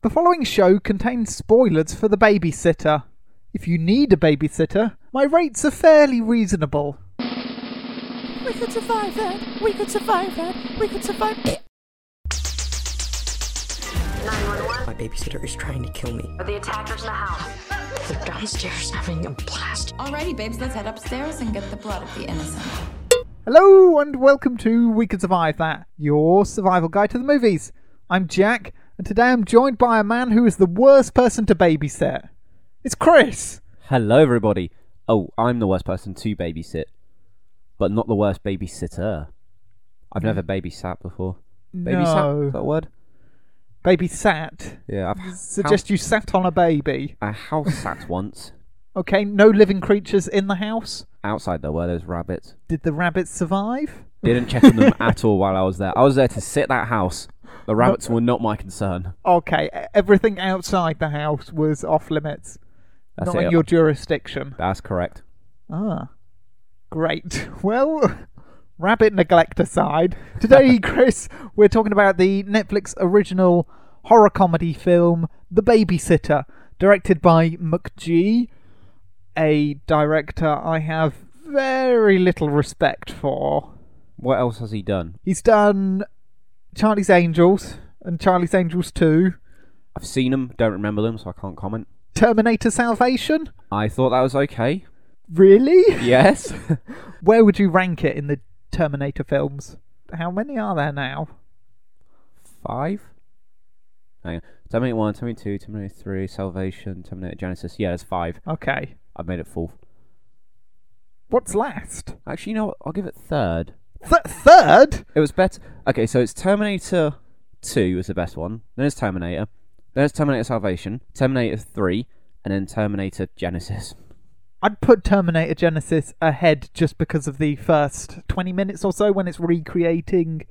The following show contains spoilers for the babysitter. If you need a babysitter, my rates are fairly reasonable. We could survive that. We could survive that. We could survive. My babysitter is trying to kill me. Are the attackers in the house? They're downstairs having a blast. Alrighty, babes, let's head upstairs and get the blood of the innocent. Hello and welcome to We Could Survive That, your survival guide to the movies. I'm Jack, and today I'm joined by a man who is the worst person to babysit. It's Chris. Hello, everybody. Oh, I'm the worst person to babysit, but not the worst babysitter. I've never babysat before. No. Babysat? Is that a word? Babysat. Yeah, I've Suggest you sat on a baby. I house sat once. Okay, no living creatures in the house. Outside there were those rabbits. Did the rabbits survive? Didn't check on them at all while I was there. I was there to sit that house. The rabbits were not my concern. Okay, e- everything outside the house was off limits. That's not it. in your jurisdiction. That's correct. Ah, great. Well, rabbit neglect aside, today, Chris, we're talking about the Netflix original horror comedy film The Babysitter, directed by McGee, a director I have very little respect for. What else has he done? He's done Charlie's Angels and Charlie's Angels 2, I've seen them, don't remember them, so I can't comment. Terminator Salvation. I thought that was okay. Really? Yes. Where would you rank it in the Terminator films? How many are there now? five. Hang on. Terminator one, Terminator two, Terminator three, Salvation, Terminator Genesis. Yeah, there's five. Okay. I've made it fourth. What's last? Actually, you know what? I'll give it third. Th- third? It was better. Okay, so it's Terminator two was the best one. Then it's Terminator. Then it's Terminator Salvation, Terminator three, and then Terminator Genesis. I'd put Terminator Genesis ahead just because of the first 20 minutes or so when it's recreating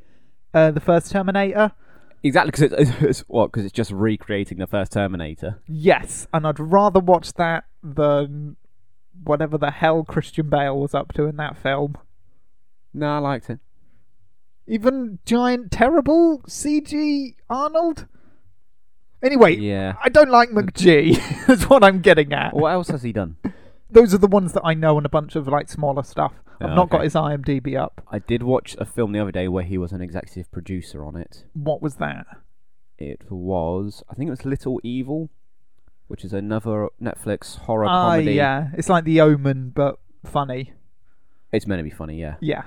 uh, the first Terminator. Exactly, because it's, it's what? Because it's just recreating the first Terminator. Yes, and I'd rather watch that than whatever the hell Christian Bale was up to in that film. No, I liked it. Even giant, terrible CG Arnold? Anyway, Yeah. I don't like McGee. That's what I'm getting at. What else has he done? Those are the ones that I know and a bunch of like smaller stuff. I've Oh, not got okay. his IMDb up. I did watch a film the other day where he was an executive producer on it. What was that? it was I think it was Little Evil, which is another Netflix horror Ah, comedy. yeah, it's like The Omen, but funny. It's meant to be funny, yeah. Yeah,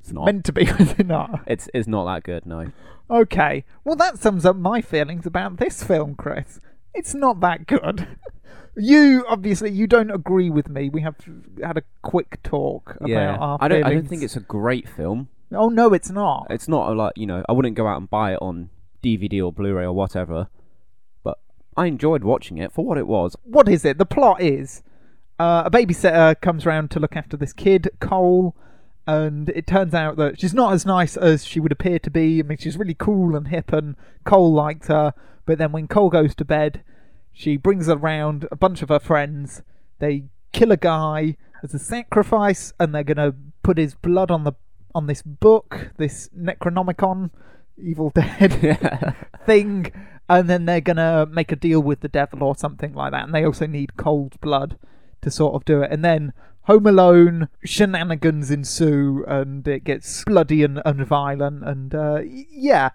It's not. meant to be, was it not? It's it's not that good, no. Okay, well that sums up my feelings about this film, Chris. It's not that good. You obviously you don't agree with me. We have had a quick talk about yeah. our I don't I don't feelings. think it's a great film. Oh no, it's not. It's not a like, you know, I wouldn't go out and buy it on DVD or Blu-ray or whatever. But I enjoyed watching it for what it was. what is it? The plot is uh, a babysitter comes round to look after this kid, Cole, and it turns out that she's not as nice as she would appear to be. I mean, she's really cool and hip, and Cole likes her. But then when Cole goes to bed, she brings around a bunch of her friends. They kill a guy as a sacrifice, and they're gonna put his blood on the on this book, this Necronomicon, Evil Dead thing, and then they're gonna make a deal with the devil or something like that. And they also need cold blood to sort of do it. And then Home Alone shenanigans ensue, and it gets bloody and, and violent. And uh, y- yeah,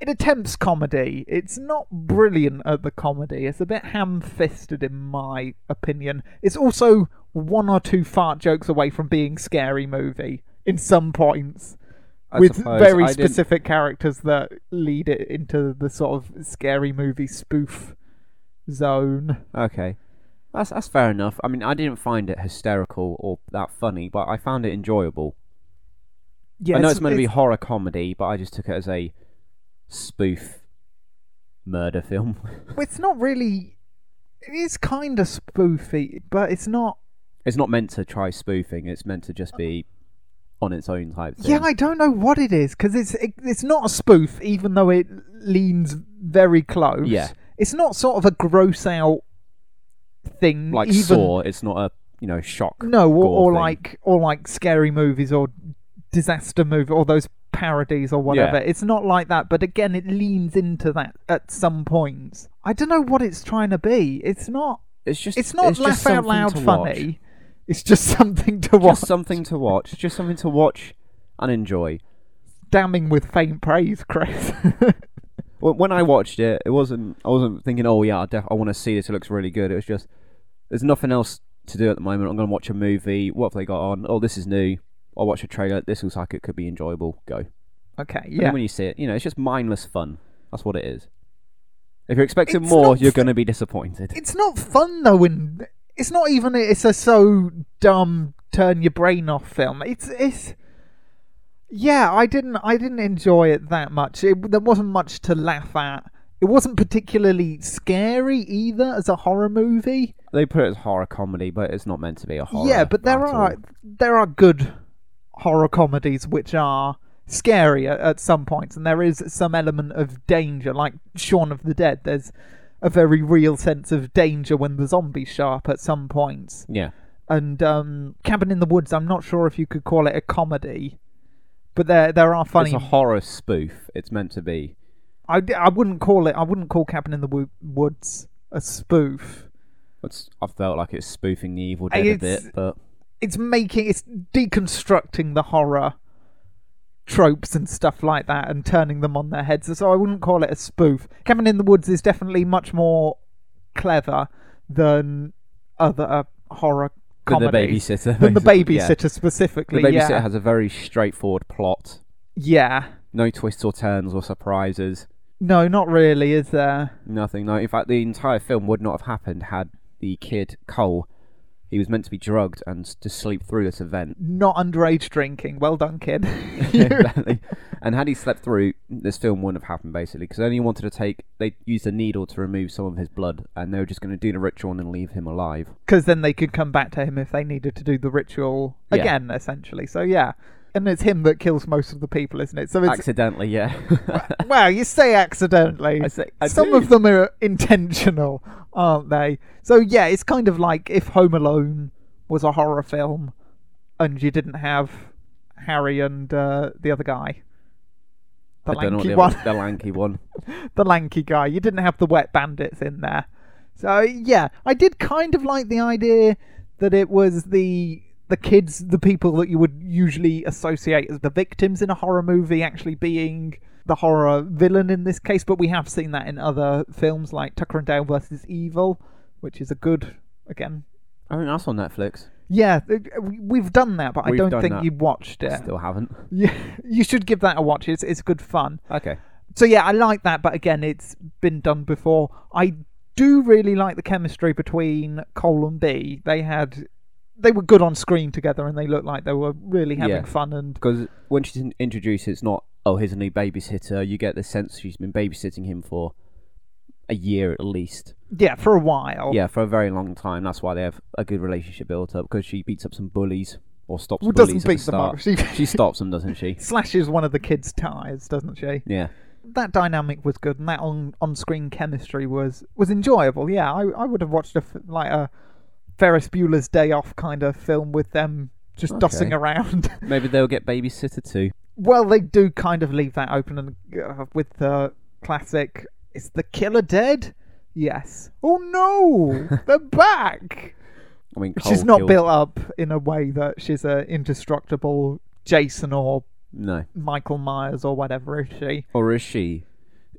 it attempts comedy. It's not brilliant at the comedy. It's a bit ham-fisted in my opinion. It's also one or two fart jokes away from being scary movie in some points I with suppose. very I didn't- specific characters that lead it into the sort of scary movie spoof zone. Okay. That's that's fair enough. I mean, I didn't find it hysterical or that funny, but I found it enjoyable. Yeah, I know it's meant to be horror comedy, but I just took it as a spoof murder film. Well, It's not really. It is kind of spoofy, but it's not. it's not meant to try spoofing. It's meant to just be on its own type thing. Yeah, I don't know what it is because it's it, it's not a spoof, even though it leans very close. Yeah. it's not sort of a gross out thing. like even, Saw. It's not a you know shock. No, gore or, or thing. like or like scary movies or disaster movie or those parodies or whatever. Yeah. It's not like that, but again, it leans into that at some points. I don't know what it's trying to be. It's not. It's just It's not laugh just out something loud to watch. funny. It's just something to watch. Just something to watch. It's just something to watch and enjoy. Damning with faint praise, Chris. Wh- When I watched it, it wasn't. I wasn't thinking, "Oh yeah, I, def- I want to see this. It looks really good." It was just, there's nothing else to do at the moment. I'm going to watch a movie. What have they got on? Oh, this is new. I'll watch a trailer. This looks like it could be enjoyable. Go. okay, And yeah. when you see it, you know, it's just mindless fun. That's what it is. If you're expecting It's more, not you're fu- going to be disappointed. It's not fun though, and it's not even. It's a so dumb turn your brain off film. It's it's. Yeah, I didn't. I didn't enjoy it that much. It, there wasn't much to laugh at. It wasn't particularly scary either as a horror movie. They put it as horror comedy, but it's not meant to be a horror. yeah, but there at all. are there are good horror comedies which are scary at, at some points, and there is some element of danger, like Shaun of the Dead. There's a very real sense of danger when the zombies show up at some points. Yeah. And um, Cabin in the Woods, I'm not sure if you could call it a comedy, but there there are funny. It's a horror spoof. It's meant to be. I, I wouldn't call it. I wouldn't call Cabin in the Wo- Woods a spoof. It's, I felt like it's spoofing the Evil Dead a It's- bit, but it's making it's deconstructing the horror tropes and stuff like that and turning them on their heads. So I wouldn't call it a spoof. Cabin in the Woods is definitely much more clever than other uh, horror Than the comedies. Babysitter, Than the basically, yeah. babysitter the specifically. babysitter yeah. has a very straightforward plot. yeah. No twists or turns or surprises. No, not really, is there? Nothing. No. In fact, the entire film would not have happened had the kid Cole, he was meant to be drugged and s- to sleep through this event. Not underage drinking. Well done, kid. Exactly. and had he slept through, this film wouldn't have happened basically because only wanted to take. They used a needle to remove some of his blood, and they were just going to do the ritual and then leave him alive. because then they could come back to him if they needed to do the ritual Yeah. again, essentially. So yeah, and it's him that kills most of the people, isn't it? So it's Accidentally, yeah. wow, you say accidentally. I say- I Some do. of them are intentional, aren't they? So yeah, it's kind of like if Home Alone was a horror film, and you didn't have Harry and uh, the other guy, the I don't know lanky what the, one other- the lanky one. the lanky guy. You didn't have the wet bandits in there. So yeah, I did kind of like the idea that it was the the kids, the people that you would usually associate as the victims in a horror movie actually being the horror villain in this case, but we have seen that in other films like Tucker and Dale versus Evil, which is a good again. I think that's on Netflix. Yeah, th- we've done that, but We've I don't done think that. you watched I it. Still haven't. Yeah, you should give that a watch. It's it's good fun. Okay. So yeah, I like that, but again, it's been done before. I do really like the chemistry between Cole and B. They had, they were good on screen together, and they looked like they were really having Yeah. fun. And Because when she's in- introduced, it's not, oh, here's a new babysitter. You get the sense she's been babysitting him for a year at least. yeah, for a while, Yeah, for a very long time. That's why they have a good relationship built up because she beats up some bullies or stops Well, doesn't bullies at beat the them up, start. she- she stops them, doesn't she? slashes one of the kids' tires, doesn't she? Yeah. That dynamic was good, and that on on screen chemistry was was enjoyable. Yeah, I I would have watched a f- like a Ferris Bueller's Day Off kind of film with them just dossing Okay. around. Maybe they'll get babysitter too. Well, they do kind of leave that open and uh, with the classic is the killer dead? Yes. Oh no, they're back. I mean, she's Cole not killed- built up in a way that she's a indestructible Jason or No. Michael Myers or whatever, is she? Or is she?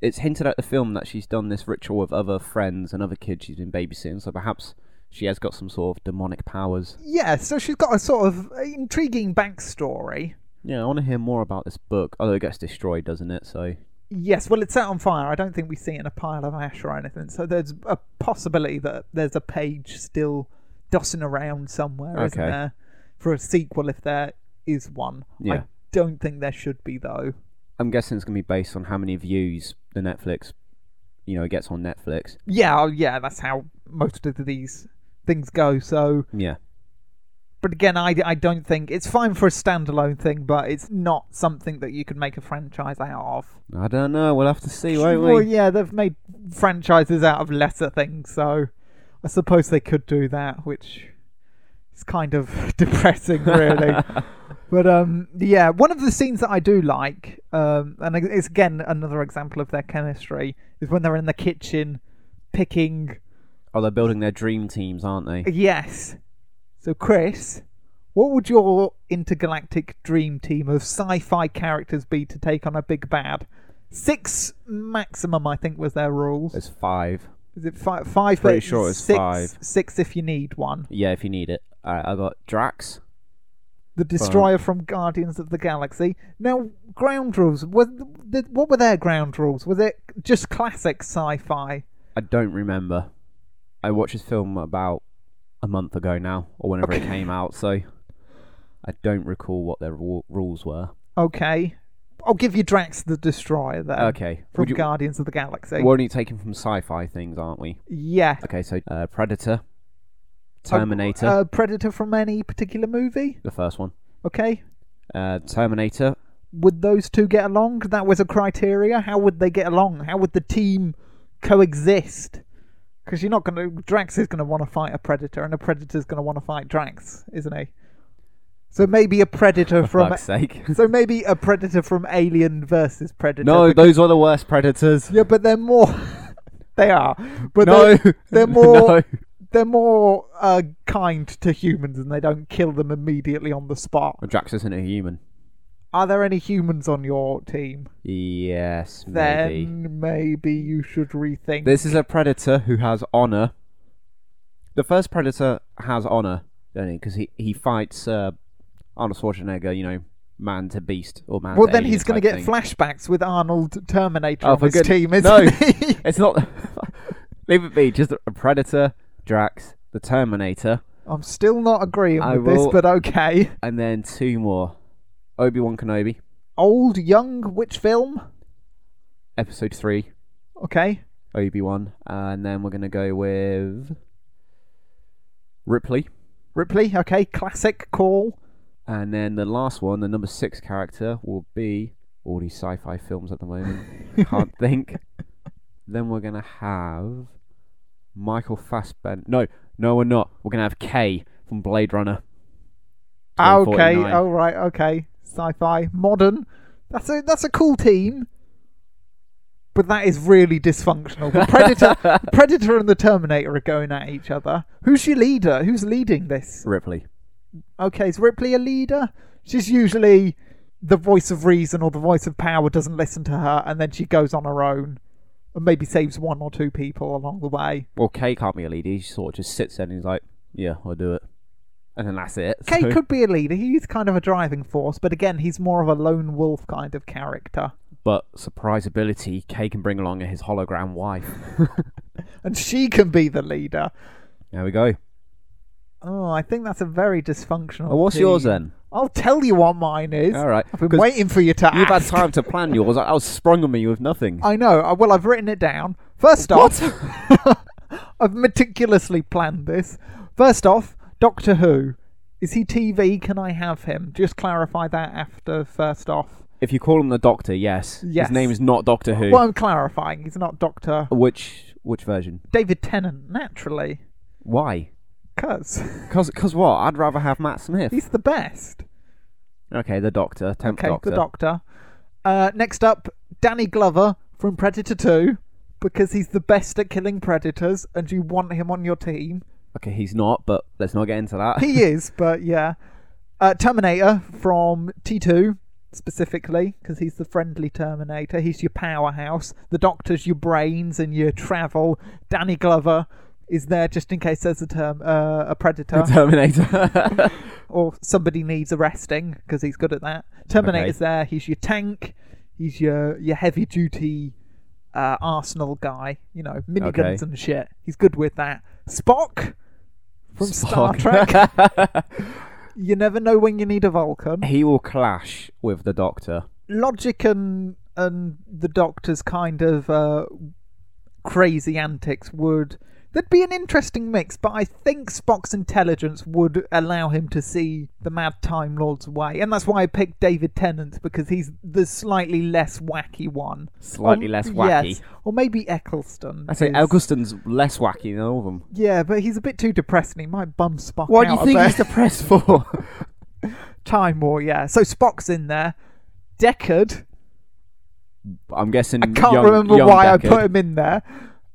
It's hinted at the film that she's done this ritual with other friends and other kids she's been babysitting, so perhaps she has got some sort of demonic powers. Yeah, so she's got a sort of intriguing backstory. Yeah, I want to hear more about this book. Although it gets destroyed, doesn't it? So Yes, well, it's set on fire. I don't think we see it in a pile of ash or anything. So there's a possibility that there's a page still dossing around somewhere, isn't Okay. there? For a sequel, if there is one. I Yeah. don't think there should be, though. I'm guessing it's going to be based on how many views the Netflix, you know, it gets on Netflix. Yeah, oh, yeah, that's how most of these things go. So, Yeah. but again, I, I don't think it's fine for a standalone thing, but it's not something that you could make a franchise out of. I don't know. We'll have to see, won't Well, we? yeah, they've made franchises out of lesser things, so I suppose they could do that, which is kind of depressing, really. But um, yeah, one of the scenes that I do like, um, and it's again another example of their chemistry, is when they're in the kitchen picking. Oh, they're building their dream teams, aren't they? Yes. So, Chris, what would your intergalactic dream team of sci fi characters be to take on a big bad? Six maximum, I think, was their rules. There's five. Is it five? Five, Pretty but sure it's six, five. Six if you need one. Yeah, if you need it. Alright, I got Drax. The Destroyer from Guardians of the Galaxy. Now, ground rules. Were th- what were their ground rules? Was it just classic sci-fi? I don't remember. I watched this film about a month ago now, or whenever it came out, so I don't recall what their ru- rules were. Okay, I'll give you Drax the Destroyer then. Okay. From Would you- Guardians of the Galaxy. We're only taking from sci-fi things, aren't we? Yeah. Okay, so uh, Predator, Terminator, Oh, Uh, Predator from any particular movie? the first one. Okay. Uh, Terminator. Would those two get along? That was a criteria. How would they get along? How would the team coexist? Because you're not going to. Drax is going to want to fight a Predator, and a Predator's going to want to fight Drax, isn't he? So maybe a Predator For from. fuck's sake. So maybe a Predator from Alien versus Predator. no, because- those are the worst Predators. Yeah, but they're more. they are. But No, they're, they're more. No. They're more uh, kind to humans, and they don't kill them immediately on the spot. Well, Oh, Drax isn't a human. Are there any humans on your team? Yes, maybe. Then maybe you should rethink. This is a predator who has honor. The first predator has honor, don't he? Because he, he fights uh, Arnold Schwarzenegger, you know, man to beast or man. well, to then alien he's going type to get thing. flashbacks with Arnold Terminator Oh, on for his good- team, isn't No. he? It's not. Leave it be. Just a predator, Drax, the Terminator, I'm still not agreeing I with this, will- but okay. and then two more: Obi Wan Kenobi, Old, young, which film? Episode Three, Okay. Obi Wan, and then we're gonna go with Ripley, Ripley, okay, classic call. and then the last one, the number six character, will be all these sci-fi films at the moment. can't think. Then we're gonna have Michael Fassbender. No, no, we're not. We're gonna have K from Blade Runner. Ah, okay, 2049. all right, okay. Sci-fi, modern. That's a that's a cool team. But that is really dysfunctional. The Predator, Predator, and the Terminator are going at each other. Who's your leader? Who's leading this? Ripley. Okay, is Ripley a leader? She's usually the voice of reason or the voice of power doesn't listen to her, and then she goes on her own, and maybe saves one or two people along the way. Well, K can't be a leader. He sort of just sits there and he's like, "Yeah, I'll do it," and then that's it. Kate So- could be a leader. He's kind of a driving force, but again, he's more of a lone wolf kind of character. but surprise ability, K can bring along his hologram wife. and she can be the leader. There we go. Oh, I think that's a very dysfunctional. Well, Oh, what's team. yours then? I'll tell you what mine is. All right, I've been 'cause waiting for you to You've had ask. time to plan yours. I I was sprung on me with nothing. I know. I- Well, I've written it down. First off, I've meticulously planned this. First off, Doctor Who. Is he TV? Can I have him? Just clarify that after first off. If you call him the Doctor, yes. Yes. His name is not Doctor Who. Well, I'm clarifying. He's not Doctor Oh. Which which version? David Tennant, naturally. Why? Because Cause, cause what? I'd rather have Matt Smith. he's the best. Okay, the Doctor, Tenth Okay, Doctor. the Doctor. Uh, next up, Danny Glover from Predator 2, because he's the best at killing predators, and you want him on your team. okay, he's not, but let's not get into that. He is, but yeah. Uh, Terminator from T2, specifically, because he's the friendly Terminator. He's your powerhouse. The Doctor's your brains and your travel. Danny Glover is there just in case there's a term uh, a predator Terminator. or somebody needs arresting because he's good at that. Terminator's Okay. there. He's your tank. He's your your heavy duty uh, arsenal guy. You know, miniguns Okay. and shit. He's good with that. Spock from Star Spock. Trek. you never know when you need a Vulcan. he will clash with the Doctor. Logic and and the Doctor's kind of uh, crazy antics would. There'd be an interesting mix, but I think Spock's intelligence would allow him to see the Mad Time Lord's way, and that's why I picked David Tennant because he's the slightly less wacky one. Slightly Or- less wacky. yes. or maybe Eccleston. I say is- Eggleston's less wacky than all of them. Yeah, but he's a bit too depressed, and he might bum Spock What do out you a think bit. he's depressed for? Time War, yeah. So Spock's in there. Deckard. I'm guessing. I can't Mm, young- remember young why I Deckard. put him in there.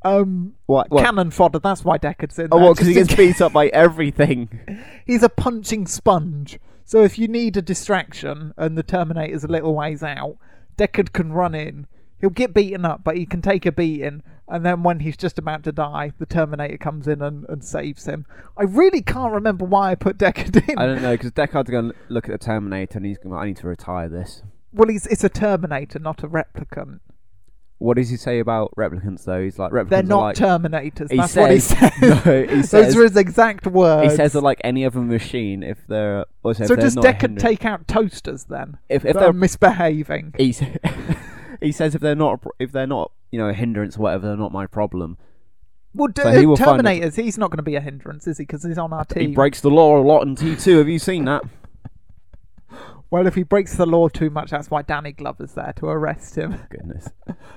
Um, What? what? Cannon fodder. That's why Deckard's in oh, there. what? Because he Just gets beat up by everything. he's a punching sponge. So if you need a distraction and the Terminator's a little ways out, Deckard can run in. He'll get beaten up, but he can take a beating. And then when he's just about to die, the Terminator comes in and, and saves him. I really can't remember why I put Deckard in. I don't know because Deckard's going to look at the Terminator and he's going. I need to retire this. Well, he's it's a Terminator, not a replicant. What does he say about replicants though? He's like replicants They're are not like, Terminators. He That's what he says- says. No, he says- Those are his exact words. He says they're like any other machine if they're also so if they're does not Deckard Henry- take out toasters then? If if if they're they're misbehaving. he, sa- he says if they're not a pro- if they're not you know a hindrance or whatever they're not my problem. Well, d- So he will find it- Terminators, he's not going to be a hindrance, is he? Because he's on our He team. breaks the law a lot in T two. Have you seen that? well, if he breaks the law too much, that's why Danny Glover's there to arrest him. Goodness.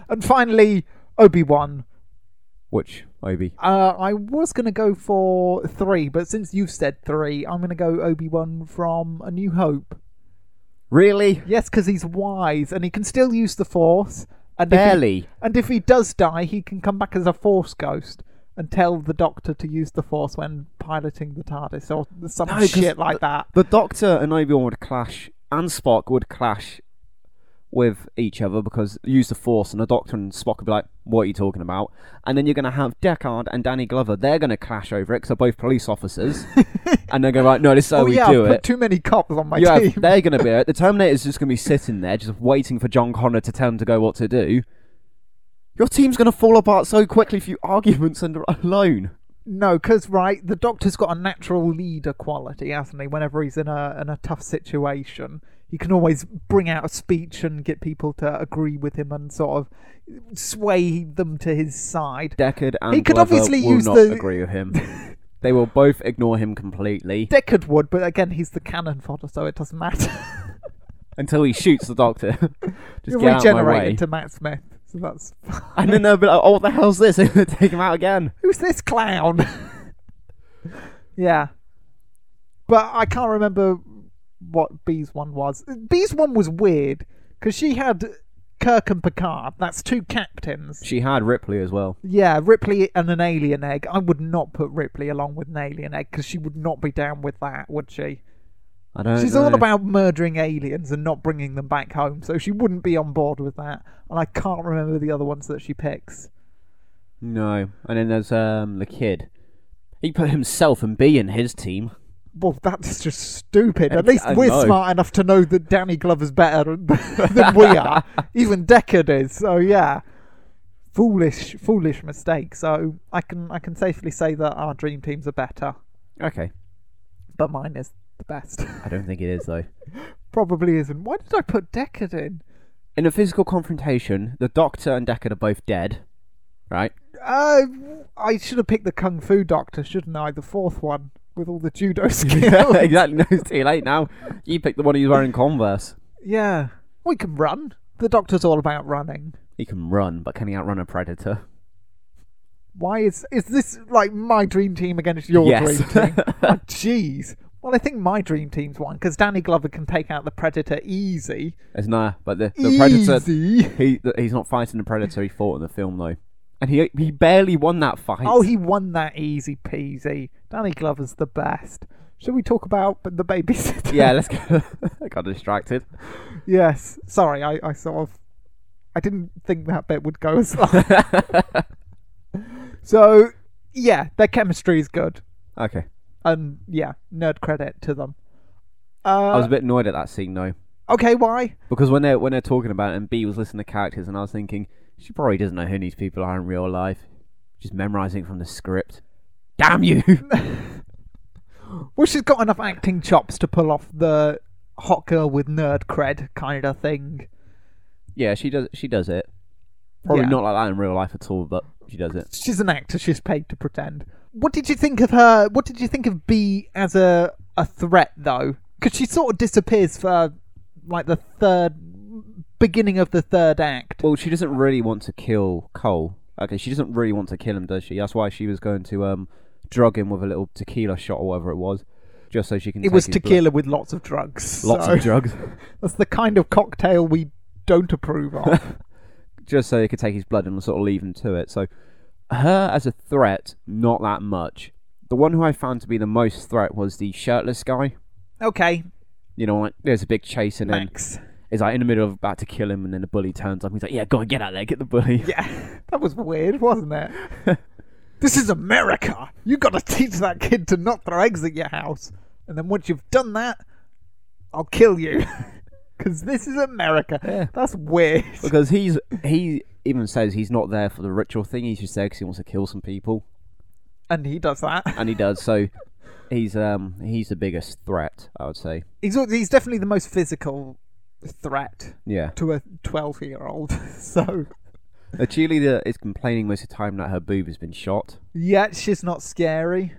And finally, Obi Wan. Which Obi? Uh, I was going to go for three, but since you've said three, I'm going to go Obi Wan from A New Hope. Really? Yes, because he's wise and he can still use the Force. And if he- Barely. and if he does die, he can come back as a Force ghost and tell the Doctor to use the Force when piloting the TARDIS or some No, 'cause shit like that. The Doctor and Obi Wan would clash, and Spock would clash with each other because use the Force, and the Doctor and Spock would be like, "What are you talking about?" And then you're going to have Deckard and Danny Glover. They're going to clash over it because they're both police officers, and they're going to be like, "No, this is how oh we yeah, do I've put it." too many cops on my You have- team. they're going to be it. The Terminator's just going to be sitting there, just waiting for John Connor to tell him to go what to do. Your team's going to fall apart so quickly if you arguments and alone. No, because right, the Doctor's got a natural leader quality, hasn't he? Whenever he's in a in a tough situation, he can always bring out a speech and get people to agree with him and sort of sway them to his side. Deckard and He could Glover obviously will use not the- agree with him. they will both ignore him completely Deckard would, but again, he's the cannon fodder, so it doesn't matter. until he shoots the doctor. Just You're get out of my way. regenerated to Matt Smith, so that's. And then they'll be like, "Oh, what the hell's this?" They're gonna take him out again. who's this clown? yeah. But I can't remember what B's one was. B's one was weird because she had Kirk and Picard. That's two captains. She had Ripley as well. Yeah, Ripley and an alien egg. I would not put Ripley along with an alien egg because she would not be down with that, would she? I don't. She's know. all about murdering aliens and not bringing them back home, so she wouldn't be on board with that. And I can't remember the other ones that she picks. no. And then there's um the kid. He put himself and B in his team. Well, that's just stupid. At I- least I we're know. smart enough to know that Danny Glover's better than we are. Even Deckard is. So yeah, foolish, foolish mistake. So I can I can safely say that our dream teams are better, Okay. but mine is the best. I don't think it is though. Probably isn't. Why did I put Deckard in? In a physical confrontation, the doctor and Deckard are both dead. Right. Uh, I should have picked the Kung Fu Doctor, shouldn't I? The fourth one with all the judo skills. exactly. No, it's too late now. You picked the one who's wearing Converse. yeah, we can run. The Doctor's all about running. He can run, but can he outrun a predator? Why is is this like my dream team against your Yes. dream team? Oh, Jeez. well, I think my dream team's won because Danny Glover can take out the Predator easy. It's nah, but the, the predator. Easy. He th- he's not fighting the predator he fought in the film though, and he he barely won that fight. Oh, he won that easy peasy. Danny Glover's the best. Should we talk about the babysitter? yeah. Let's go. I got distracted. yes. Sorry, I, I sort of. I didn't think that bit would go as long. so, yeah, their chemistry is good. Okay, And, yeah, nerd credit to them. I was Uh, a bit annoyed at that scene though, okay, why? because when they are when they're talking about it, and B was listening to characters, and I was thinking she probably doesn't know who these people are in real life. She's memorizing from the script. Damn you! Well, she's got enough acting chops to pull off the hot girl with nerd cred kind of thing. yeah, she does. She does it. Probably Yeah. not like that in real life at all, but she does it. She's an actor. She's paid to pretend. What did you think of her? What did you think of B as a a threat though? Because she sort of disappears for like the third beginning of the third act. Well, she doesn't really want to kill Cole. Okay, she doesn't really want to kill him, does she? That's why she was going to um, drug him with a little tequila shot or whatever it was. just so she can. It take was his blood. tequila with lots of drugs. Lots so of drugs, That's the kind of cocktail we don't approve of. just so he could take his blood and sort of leave him to it. So, her as a threat, not that much. The one who I found to be the most threat was the shirtless guy. okay, You know, like there's a big chase and then Max. is like in the middle of about to kill him, and then the bully turns up. and He's like, "Yeah, go on, get out there, get the bully." Yeah, that was weird, wasn't it? this is America. You got to teach that kid to not throw eggs at your house, and then once you've done that, I'll kill you. Because this is America. That's weird. because he's he even says he's not there for the ritual thing. He's just there because he wants to kill some people, And he does that. and he does. So he's um he's the biggest threat, I would say. He's al- he's definitely the most physical threat Yeah, to a twelve-year-old. So a cheerleader is complaining most of the time that her boob has been shot. yeah, she's not scary.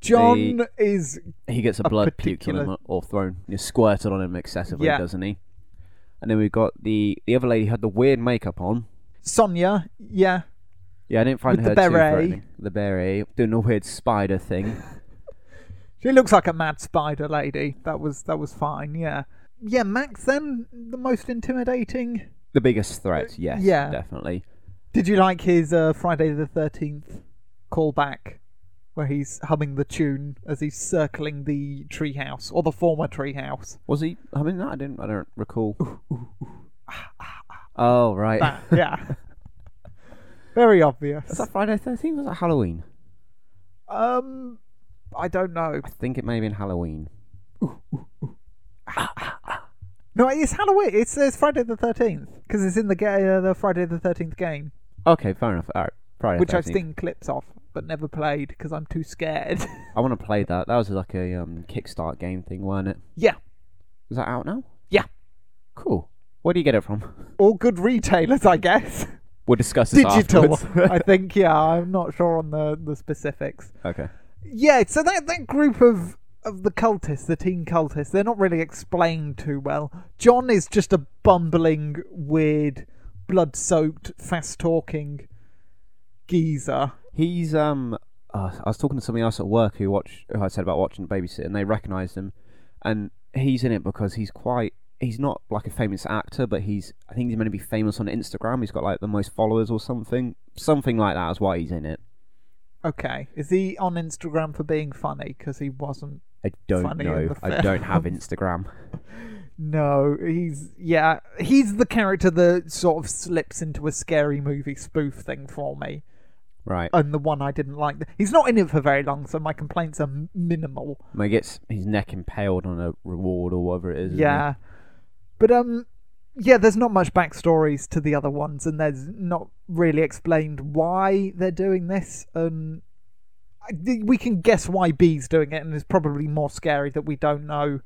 John is He gets a A blood puked on him particular- uh, or thrown, you know, squirted on him excessively, Yeah. doesn't he? And then we've got the the other lady who had the weird makeup on. Sonia. Yeah, Yeah, I didn't find With her the too beret. threatening. The beret doing a weird spider thing. She looks like a mad spider lady. That was that was fine. Yeah, yeah. Max then the most intimidating. the biggest threat, yes, Uh, yeah. definitely. Did you like his uh, Friday the Thirteenth callback, where he's humming the tune as he's circling the treehouse or the former treehouse? Was he humming that? I didn't. I don't recall. Oh right. That yeah, very obvious. Was that Friday Thirteenth? Was that Halloween? Um, I don't know. I think it may have been Halloween. No, it's Halloween. It's, it's Friday the Thirteenth because it's in the ga- uh, the Friday the Thirteenth game, Okay, fair enough. All right, Friday. which I've 13th. seen clips of but never played because I'm too scared. I want to play that. That was like a um, Kickstart game thing, weren't it? yeah, Is that out now? yeah. Cool. Where do you get it from? all good retailers, I guess. We'll discuss this Digital, afterwards. I think. Yeah, I'm not sure on the the specifics. okay. Yeah, so that that group of of the cultists, the teen cultists, they're not really explained too well. John is just a bumbling, weird, blood-soaked, fast-talking geezer. He's um. Uh, I was talking to somebody else at work who watched. Who I said about watching Babysit, and they recognised him, and he's in it because he's quite. He's not like a famous actor, but he's. I think he's meant to be famous on Instagram. He's got like the most followers or something. Something like that is why he's in it. Okay, is he on Instagram for being funny? Because he wasn't. I don't Funny in know. the I don't have Instagram. No, he's yeah, he's the character that sort of slips into a scary movie spoof thing for me. Right. and the one I didn't like. He's not in it for very long, so my complaints are m- minimal. He gets his neck impaled on a reward or whatever it is. isn't yeah, but um, yeah, there's not much backstories to the other ones, and there's not really explained why they're doing this. And I thi- we can guess why B's doing it, and it's probably more scary that we don't know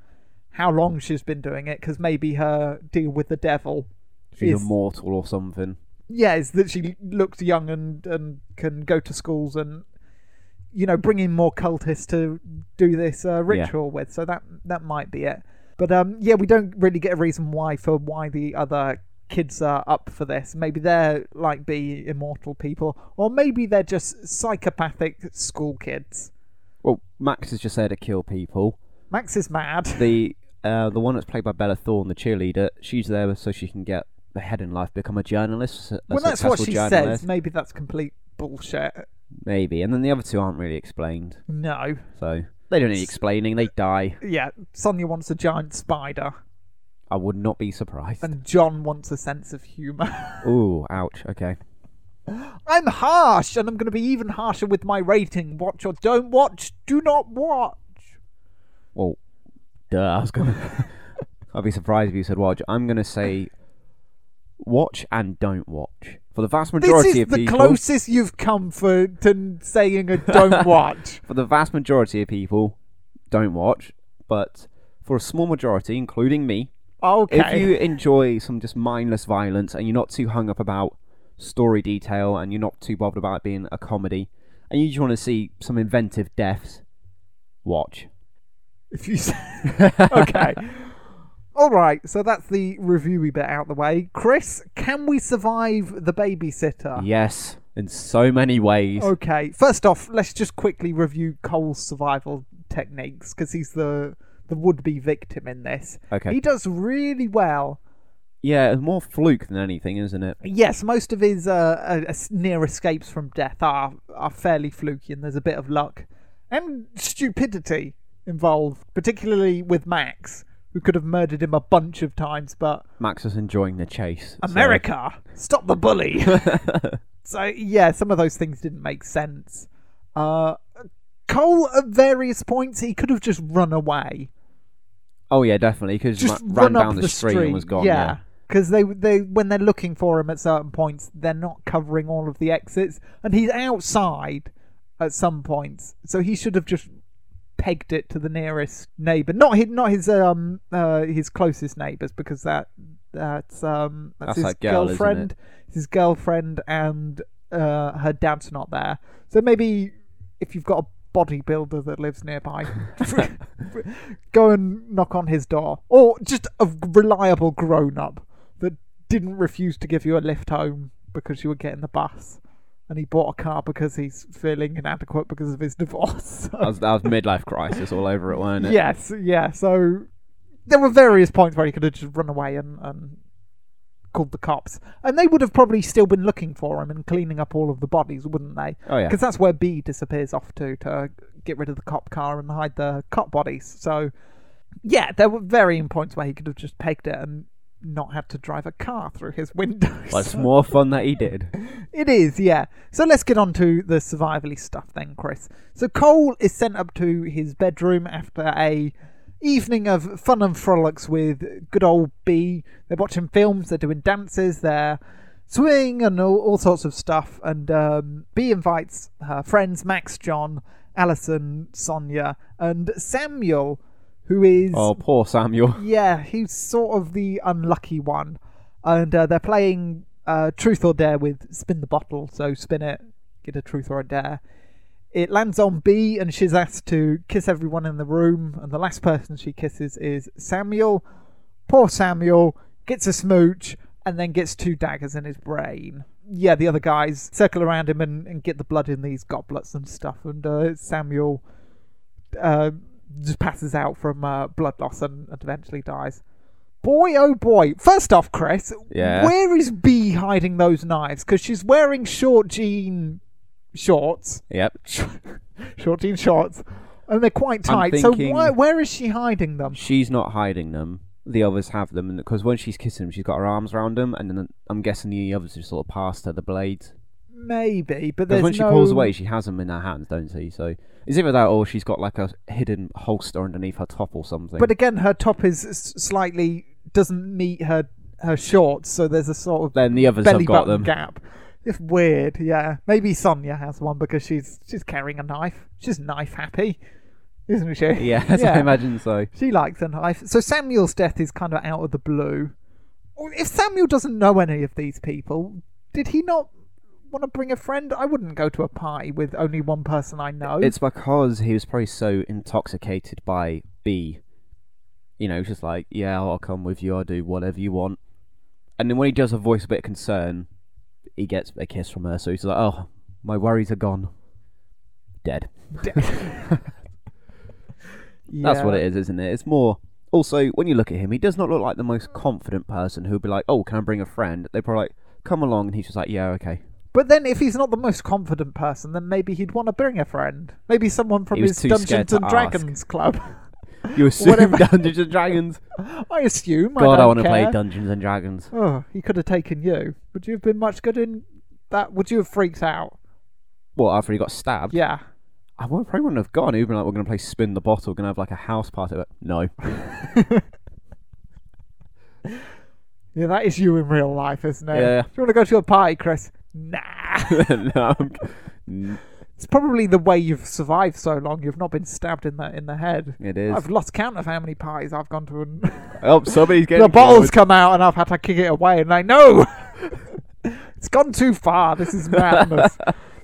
how long she's been doing it because maybe her deal with the devil. he? She's is- immortal or something. yeah, is that she looks young and and can go to schools and you know bring in more cultists to do this uh, ritual with. So that that might be it. But um, yeah, we don't really get a reason why for why the other kids are up for this. Maybe they're like be immortal people, or maybe they're just psychopathic school kids. Well, Max is just there to kill people. Max is mad. the uh, the one that's played by Bella Thorne, the cheerleader, she's there so she can get ahead in life, become a journalist. A well, that's what successful she journalist. says. Maybe that's complete bullshit. Maybe, and then the other two aren't really explained, No. so they don't need explaining. They die. Yeah, Sonia wants a giant spider, I would not be surprised. and John wants a sense of humour. Ooh, ouch. Okay. I'm harsh, and I'm going to be even harsher with my rating. Watch or don't watch. Do not watch. Well, duh. I was gonna. I'd be surprised if you said watch. I'm gonna say watch and don't watch for the vast This majority is of the people. closest you've come for to n- saying a don't watch. for the vast majority of people, don't watch. But for a small majority, including me, Okay. if you enjoy some just mindless violence and you're not too hung up about story detail and you're not too bothered about it being a comedy and you just want to see some inventive deaths, watch. If you say... okay. All right, so that's the reviewy bit out the way. Chris, can we survive the babysitter? Yes, in so many ways. Oh. Okay. First off, let's just quickly review Cole's survival techniques because he's the the would be victim in this. Okay. He does really well. Yeah, it's more fluke than anything, isn't it? Yes, most of his uh, uh, es- near escapes from death are are fairly fluky, and there's a bit of luck and stupidity involved, particularly with Max, who could have murdered him a bunch of times, but Max is enjoying the chase. so- America, stop the bully. so yeah, some of those things didn't make sense. Uh, Cole, at various points, he could have just run away, Oh yeah, definitely. Because just run ran down up the, the, street, and was gone. Yeah, because they they when they're looking for him at certain points, they're not covering all of the exits, and he's outside at some points, so he should have just pegged it to the nearest neighbor not his not his um uh his closest neighbors because that that's um that's, That's his that girl, isn't it? girlfriend it's his girlfriend and uh her dad's not there so maybe if you've got a bodybuilder that lives nearby go and knock on his door or just a reliable grown-up that didn't refuse to give you a lift home because you were getting the bus and he bought a car because he's feeling inadequate because of his divorce That was, that was midlife crisis all over it, wasn't it? Yes, yeah. So there were various points where he could have just run away and, and called the cops, and they would have probably still been looking for him and cleaning up all of the bodies, wouldn't they? Oh, yeah. Because that's where B disappears off to to get rid of the cop car and hide the cop bodies. So yeah, there were varying points where he could have just pegged it and not had to drive a car through his windows. But it's more fun that he did. It is, yeah. So let's get on to the survivally stuff then, Chris. So Cole is sent up to his bedroom after a evening of fun and frolics with good old B. They're watching films, they're doing dances, they're swimming and all, all sorts of stuff. And um, B invites her friends Max, John, Alison, Sonia, and Samuel, who is Oh, poor Samuel. yeah, he's sort of the unlucky one. And uh, they're playing uh, Truth or Dare with Spin the Bottle. So spin it, get a truth or a dare. It lands on B, and she's asked to kiss everyone in the room. And the last person she kisses is Samuel. Poor Samuel gets a smooch and then gets two daggers in his brain. Yeah, the other guys circle around him and, and get the blood in these goblets and stuff. And uh, Samuel uh, just passes out from uh, blood loss and, and eventually dies. Boy, oh boy. First off, Chris, Yeah. where is B hiding those knives? Because she's wearing short jean shorts, Yep. short jean shorts, and they're quite I'm tight. thinking- So why, where is she hiding them? She's not hiding them. The others have them, because when she's kissing him, she's got her arms around him, and then I'm guessing the others have sort of passed her the blades. Maybe, but Because there's when she no... pulls away, she has them in her hands, don't she? So it's either that, or she's got like a hidden holster underneath her top or something. But again, her top is s- slightly doesn't meet her her shorts, so there's a sort of then the others belly have got button them. gap. It's weird, yeah. Maybe Sonia has one because she's she's carrying a knife. She's knife happy, isn't she? Yeah, as I imagine so. She likes a knife. So Samuel's death is kind of out of the blue. Or If Samuel doesn't know any of these people, did he not want to bring a friend? I wouldn't go to a party with only one person I know. It's because he was probably so intoxicated by B. You know, just like, yeah, I'll come with you, I'll do whatever you want. And then when he does a voice a bit of concern, he gets a kiss from her, so he's like, oh, my worries are gone. Dead. That's what it is, isn't it? It's more. Also, when you look at him, he does not look like the most confident person who'd be like, oh, can I bring a friend? They're probably like, come along, and he's just like, yeah, okay. But then, if he's not the most confident person, then maybe he'd want to bring a friend. Maybe someone from He was his too scared Dungeons to and Dragons club. You assume Whatever. Dungeons and Dragons. I assume. I God, I, don't want to play care. Dungeons and Dragons. Oh, he could have taken you. Would you have been much good in that? Would you have freaked out? Well, after he got stabbed. Yeah. I would, probably wouldn't have gone. He'd been like, we're going to play spin the bottle, going to have like a house party. But no. Yeah, that is you in real life, isn't it? Yeah. Do you want to go to a party, Chris? Nah. no. I'm- it's probably the way you've survived so long. You've not been stabbed in the in the head. It is. I've lost count of how many parties I've gone to, and oh, somebody's getting the bottles killed. come out, and I've had to kick it away. And I know it's gone too far. This is madness.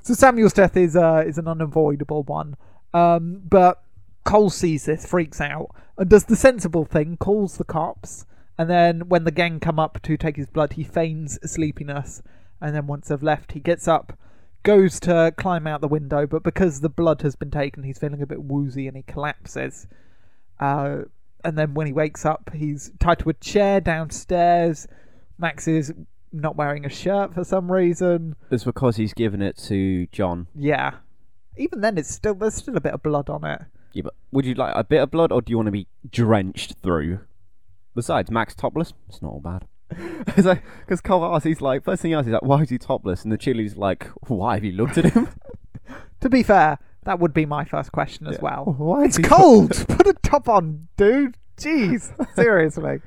so Samuel's death is uh, is an unavoidable one. Um, but Cole sees this, freaks out, and does the sensible thing, calls the cops, and then when the gang come up to take his blood, he feigns sleepiness, and then once they've left, he gets up, goes to climb out the window, but because the blood has been taken, he's feeling a bit woozy and he collapses. Uh, and then when he wakes up, he's tied to a chair downstairs. Max is not wearing a shirt for some reason. It's because he's given it to John. Yeah. Even then, it's still there's still a bit of blood on it. Yeah, but would you like a bit of blood, or do you want to be drenched through? Besides, Max topless, it's not all bad. Because Cole asks, he's like, first thing he asks, he's like, why is he topless? And the cheerleader's like, why have you looked at him? To be fair, that would be my first question as well. Why is It's cold. Put a top on, dude. Jeez, seriously,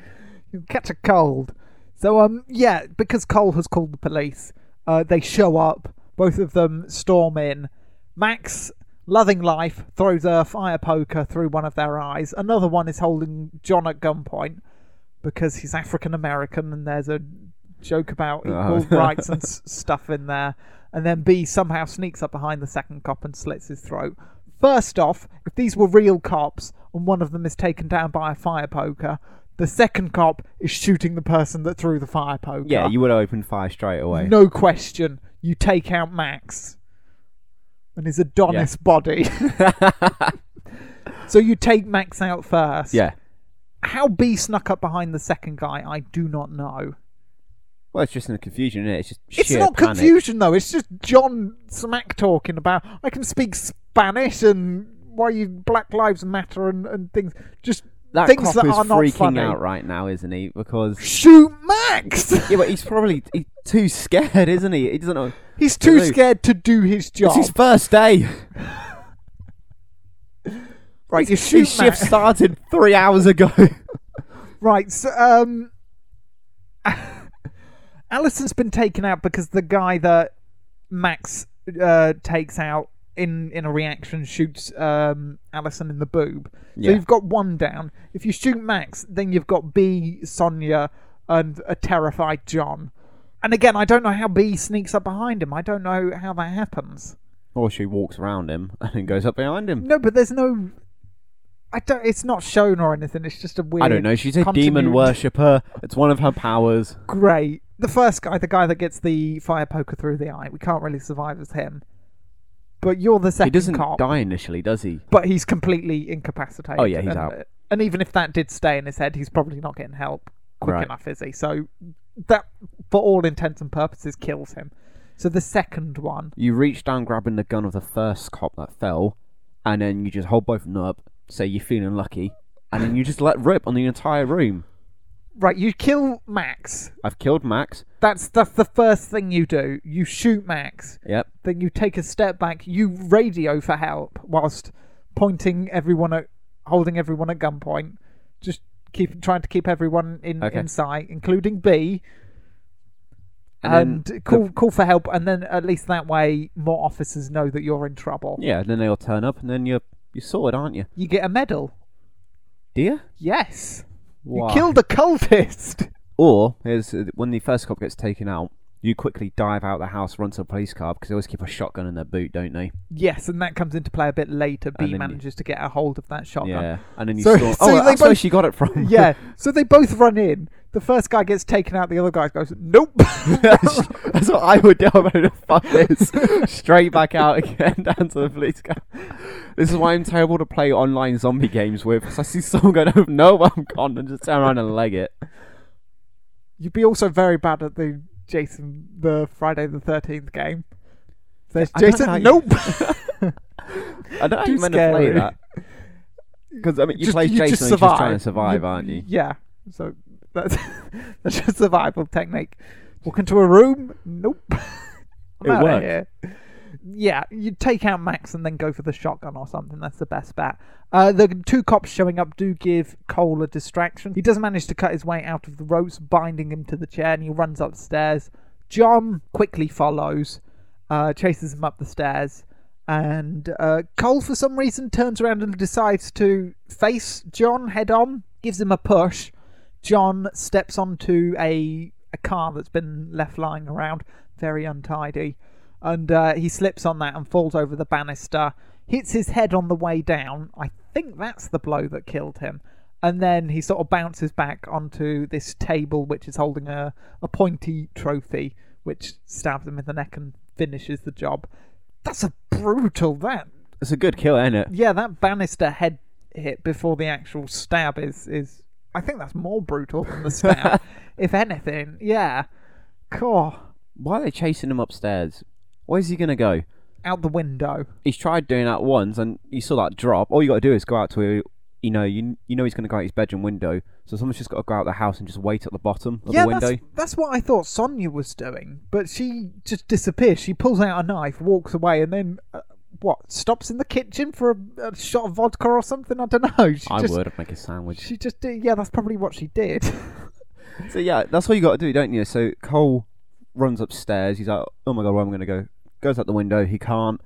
you catch a cold. So um, yeah, because Cole has called the police, uh, they show up. Both of them storm in. Max, loving life, throws a fire poker through one of their eyes. Another one is holding John at gunpoint because he's African American, and there's a joke about equal rights and s- stuff in there. And then B somehow sneaks up behind the second cop and slits his throat. First off, if these were real cops and one of them is taken down by a fire poker, the second cop is shooting the person that threw the fire poker. Yeah, you would have opened fire straight away. no question. You take out Max and his Adonis body. so you take Max out first. Yeah. How B snuck up behind the second guy, I do not know. Well, it's just in the confusion, isn't it? It's just It's sheer not panic. confusion though. It's just John smack talking about I can speak Spanish and why you Black Lives Matter and, and things. Just That things cop that is are not freaking funny. out right now, isn't he? Because Shoot Max. yeah, but he's probably he's too scared, isn't he? He doesn't know. He's too Hello. scared to do his job. It's his first day. right, you shoot His shift Max. started three hours ago. Right, so, um, Alison's been taken out because the guy that Max uh, takes out in in a reaction shoots um, Alison in the boob. So Yeah. you've got one down. If you shoot Max, then you've got B, Sonia, and a terrified John. And again, I don't know how B sneaks up behind him. I don't know how that happens. or she walks around him and then goes up behind him. No, but there's no. I don't. It's not shown or anything. It's just a weird. I don't know. She's a demon continuity. worshipper. It's one of her powers. great. The first guy, the guy that gets the fire poker through the eye, we can't really survive as him. But you're the second He doesn't cop, die initially, does he? but he's completely incapacitated. Oh, yeah, he's and, uh, out. And even if that did stay in his head, he's probably not getting help quick Right. enough, is he? So that, for all intents and purposes, kills him. So the second one, You reach down, grabbing the gun of the first cop that fell, and then you just hold both of them up, say you're feeling lucky, and then you just let rip on the entire room. right? You kill Max. I've killed Max. That's that's the first thing you do. You shoot Max. Yep. then you take a step back, you radio for help whilst pointing everyone at holding everyone at gunpoint, just keep trying to keep everyone in, Okay. in sight, including B, And and, then call call for help, and then at least that way more officers know that you're in trouble. Yeah, and then they all turn up, and then you're you're sorted, aren't you? You get a medal. Dear. Yes, Why? you killed a cultist. Or here's uh, when the first cop gets taken out, you quickly dive out the house, run to a police car because they always keep a shotgun in their boot, don't they? Yes, and that comes into play a bit later. And B then you- manages to get a hold of that shotgun. Yeah, and then you So- storm. so oh, they that's where both- she got it from. yeah. So they both run in. The first guy gets taken out. The other guy goes, "Nope." That's what I would do. I'm going to fuck this straight back out again down to the police car. This is why I'm terrible to play online zombie games with. 'cause I see someone go, no, no, I'm gone, and just turn around and leg it. You'd be also very bad at the Jason the Friday the Thirteenth game. There's I don't know how Jason. you- Nope. I don't know how Too you meant to play scary. that. Because I mean, you Just- play you Jason, just and you're just trying to survive. survive, You- aren't you? yeah. So that's that's just survival technique. Walk into a room. Nope. I'm It outta worked. here. Yeah, you take out Max and then go for the shotgun or something. That's the best bet. Uh, the two cops showing up do give Cole a distraction. He does manage to cut his way out of the ropes, binding him to the chair, and he runs upstairs. John quickly follows, uh, chases him up the stairs, and uh, Cole, for some reason, turns around and decides to face John head on, gives him a push. John steps onto a, a car that's been left lying around, very untidy, and uh, he slips on that and falls over the banister, hits his head on the way down. I think that's the blow that killed him. And then he sort of bounces back onto this table, which is holding a, a pointy trophy, which stabs him in the neck and finishes the job. That's a brutal that. It's a good kill, isn't it? Yeah, that banister head hit before the actual stab is is. I think that's more brutal than the stab, if anything. Yeah, cool. Why are they chasing him upstairs? Where's he gonna go? Out the window. He's tried doing that once, and you saw that drop. All you gotta do is go out to, you know, you you know he's gonna go out his bedroom window. So someone's just gotta go out the house and just wait at the bottom of yeah, the window. That's, that's what I thought Sonia was doing, but she just disappears. She pulls out a knife, walks away, and then uh, what? Stops in the kitchen for a, a shot of vodka or something. I don't know. She I just, would make a sandwich. She just did. Yeah, that's probably what she did. So yeah, that's what you gotta do, don't you? So Cole runs upstairs. He's like, oh my god, where am I gonna go? Goes out the window. He can't.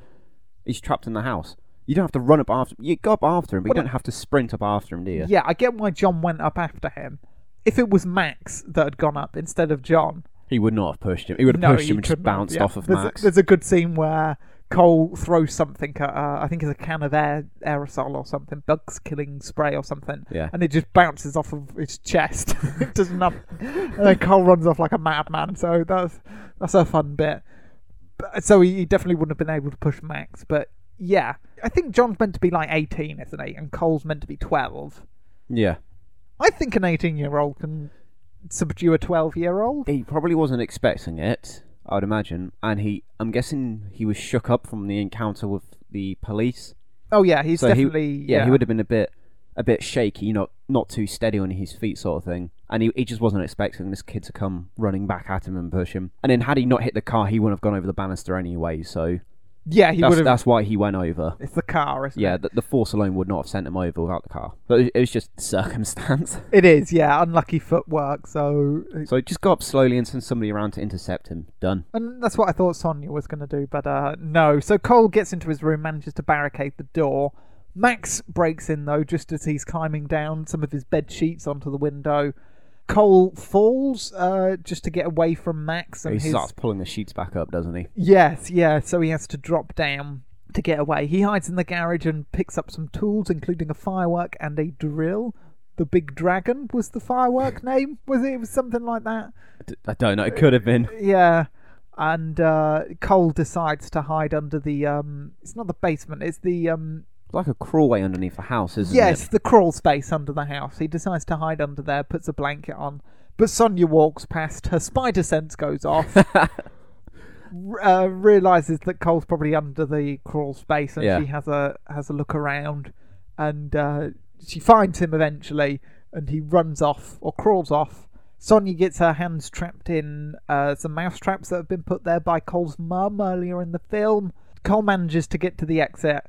He's trapped in the house. You don't have to run up after. You go up after him, but Well, you don't have to sprint up after him, do you? yeah, I get why John went up after him. If it was Max that had gone up instead of John, He would not have pushed him. He would have no, pushed he him and just couldn't have, bounced yeah. off of there's Max. A, there's a good scene where Cole throws something at, uh, I think it's a can of air aerosol or something, bugs killing spray or something, Yeah. and it just bounces off of his chest. it doesn't have, and then Cole runs off like a madman. So that's that's a fun bit. But- So he, he definitely wouldn't have been able to push Max, but yeah, I think John's meant to be like 18, isn't he? And Cole's meant to be 12. yeah. I think an 18 year old can subdue a 12 year old. He probably wasn't expecting it, I would imagine. And he, I'm guessing he was shook up from the encounter with the police. Oh, yeah, he's so he, definitely. yeah, he would have been a bit, a bit shaky, you know, not too steady on his feet, sort of thing. And he, he just wasn't expecting this kid to come running back at him and push him. And then had he not hit the car, he wouldn't have gone over the banister anyway. So Yeah, he would that's, have. that's why he went over. It's the car, isn't Yeah, it? the, the force alone would not have sent him over without the car. But it was- it was just circumstance. It is, yeah. Unlucky footwork, so. So just go up slowly and send somebody around to intercept him. Done. And that's what I thought Sonia was going to do, but uh, no. So Cole gets into his room, manages to barricade the door. Max breaks in, though, just as he's climbing down some of his bed sheets onto the window. Cole falls uh, just to get away from Max and He his. starts pulling the sheets back up, doesn't he? Yes, yeah. So he has to drop down to get away. He hides in the garage and picks up some tools, including a firework and a drill. The big dragon was the firework name, was it? It was something like that. D- I don't know. It could have been. Yeah. And uh, Cole decides to hide under the. Um, it's not the basement. It's the. Um, Like a crawlway underneath the house, isn't yes, it? the crawl space under the house. He decides to hide under there, puts a blanket on. But Sonia walks past. Her spider sense goes off. r- uh, realizes that Cole's probably under the crawl space, and Yeah. she has a has a look around, and uh, she finds him eventually, and he runs off or crawls off. Sonia gets her hands trapped in uh, some mouse traps that have been put there by Cole's mum earlier in the film. Cole manages to get to the exit,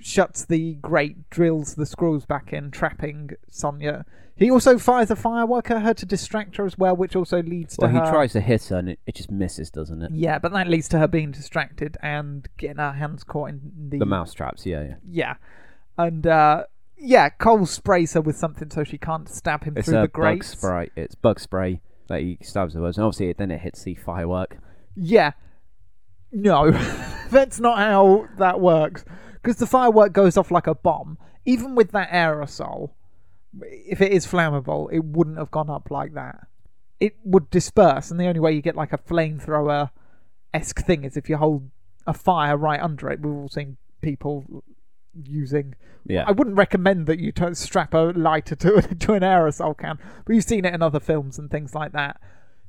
shuts the grate, drills the screws back in, trapping Sonia. He also fires a firework at her to distract her as well, which also leads Well, to he her. tries to hit her and it, it just misses, doesn't it? Yeah, but that leads to her being distracted and getting her hands caught in the, The mouse traps, yeah, yeah. Yeah, and uh, yeah, Cole sprays her with something so she can't stab him It's through a the bug grates. spray. It's bug spray that he stabs her with. And obviously, then it hits the firework. Yeah, no, that's not how that works. Because the firework goes off like a bomb. Even with that aerosol, if it is flammable, it wouldn't have gone up like that. It would disperse, and the only way you get like a flamethrower esque thing is if you hold a fire right under it. We've all seen people using. Yeah. I wouldn't recommend that you t- strap a lighter to, to an aerosol can, but you've seen it in other films and things like that.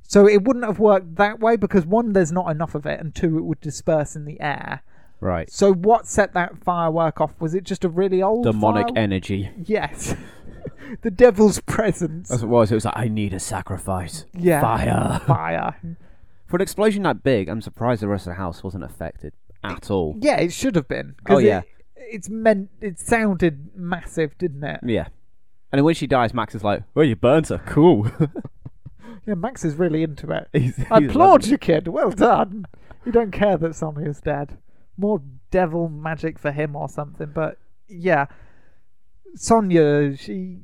So it wouldn't have worked that way because one, there's not enough of it, and two, it would disperse in the air. Right. So what set that firework off? Was it just a really old Demonic fire- energy. Yes. the devil's presence. That's what it was. It was like, I need a sacrifice. yeah. Fire. Fire. For an explosion that big, I'm surprised the rest of the house wasn't affected at all. Yeah, it should have been. Oh, 'cause yeah. It, it's meant. It sounded massive, didn't it? Yeah. And then when she dies, Max is like, well, you burnt her. Cool. Yeah, Max is really into it. He's- I he's applaud loving you, kid. Well done. You don't care that Sonia's dead. More devil magic for him or something, but yeah. Sonia, she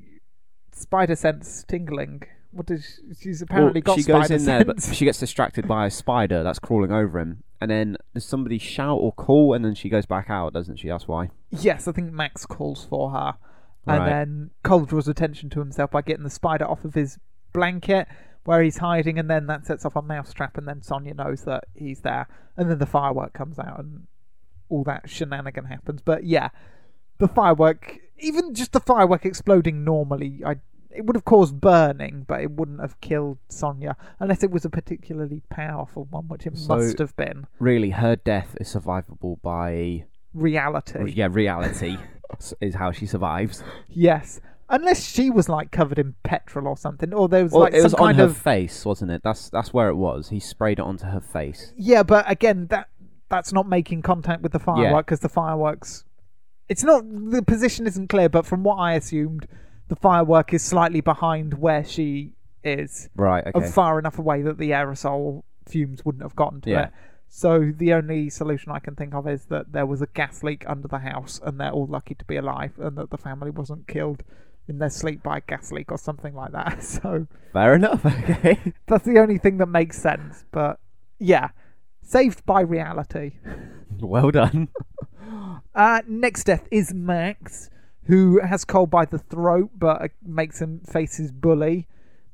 spider sense tingling. What does she, she's apparently Well, got she goes spider in there, but sense. she gets distracted by a spider that's crawling over him, and then does somebody shout or call, and then she goes back out, doesn't she? That's why. Yes, I think Max calls for her. And Right. then Cole draws attention to himself by getting the spider off of his blanket. where he's hiding, and then that sets off a mousetrap, and then Sonya knows that he's there, and then the firework comes out, and all that shenanigan happens. But yeah, the firework, even just the firework exploding normally, I it would have caused burning, but it wouldn't have killed Sonya unless it was a particularly powerful one, which it So- must have been. Really, her death is survivable by Reality, yeah reality s- is how she survives. yes. Unless she was like covered in petrol or something, or there was Well, like it some was on kind her of face, wasn't it? That's that's where it was. He sprayed it onto her face. Yeah, but again, that that's not making contact with the firework because the fireworks. It's not the position isn't clear, but from what I assumed, the firework is slightly behind where she is, Right. and Okay. far enough away that the aerosol fumes wouldn't have gotten to Yeah. it. So the only solution I can think of is that there was a gas leak under the house, and they're all lucky to be alive, and that the family wasn't killed in their sleep by a gas leak or something like that. So Fair enough. Okay. that's the only thing that makes sense. But yeah, saved by reality. well done. Uh, next death is Max, who has Cole by the throat but uh, makes him face his bully.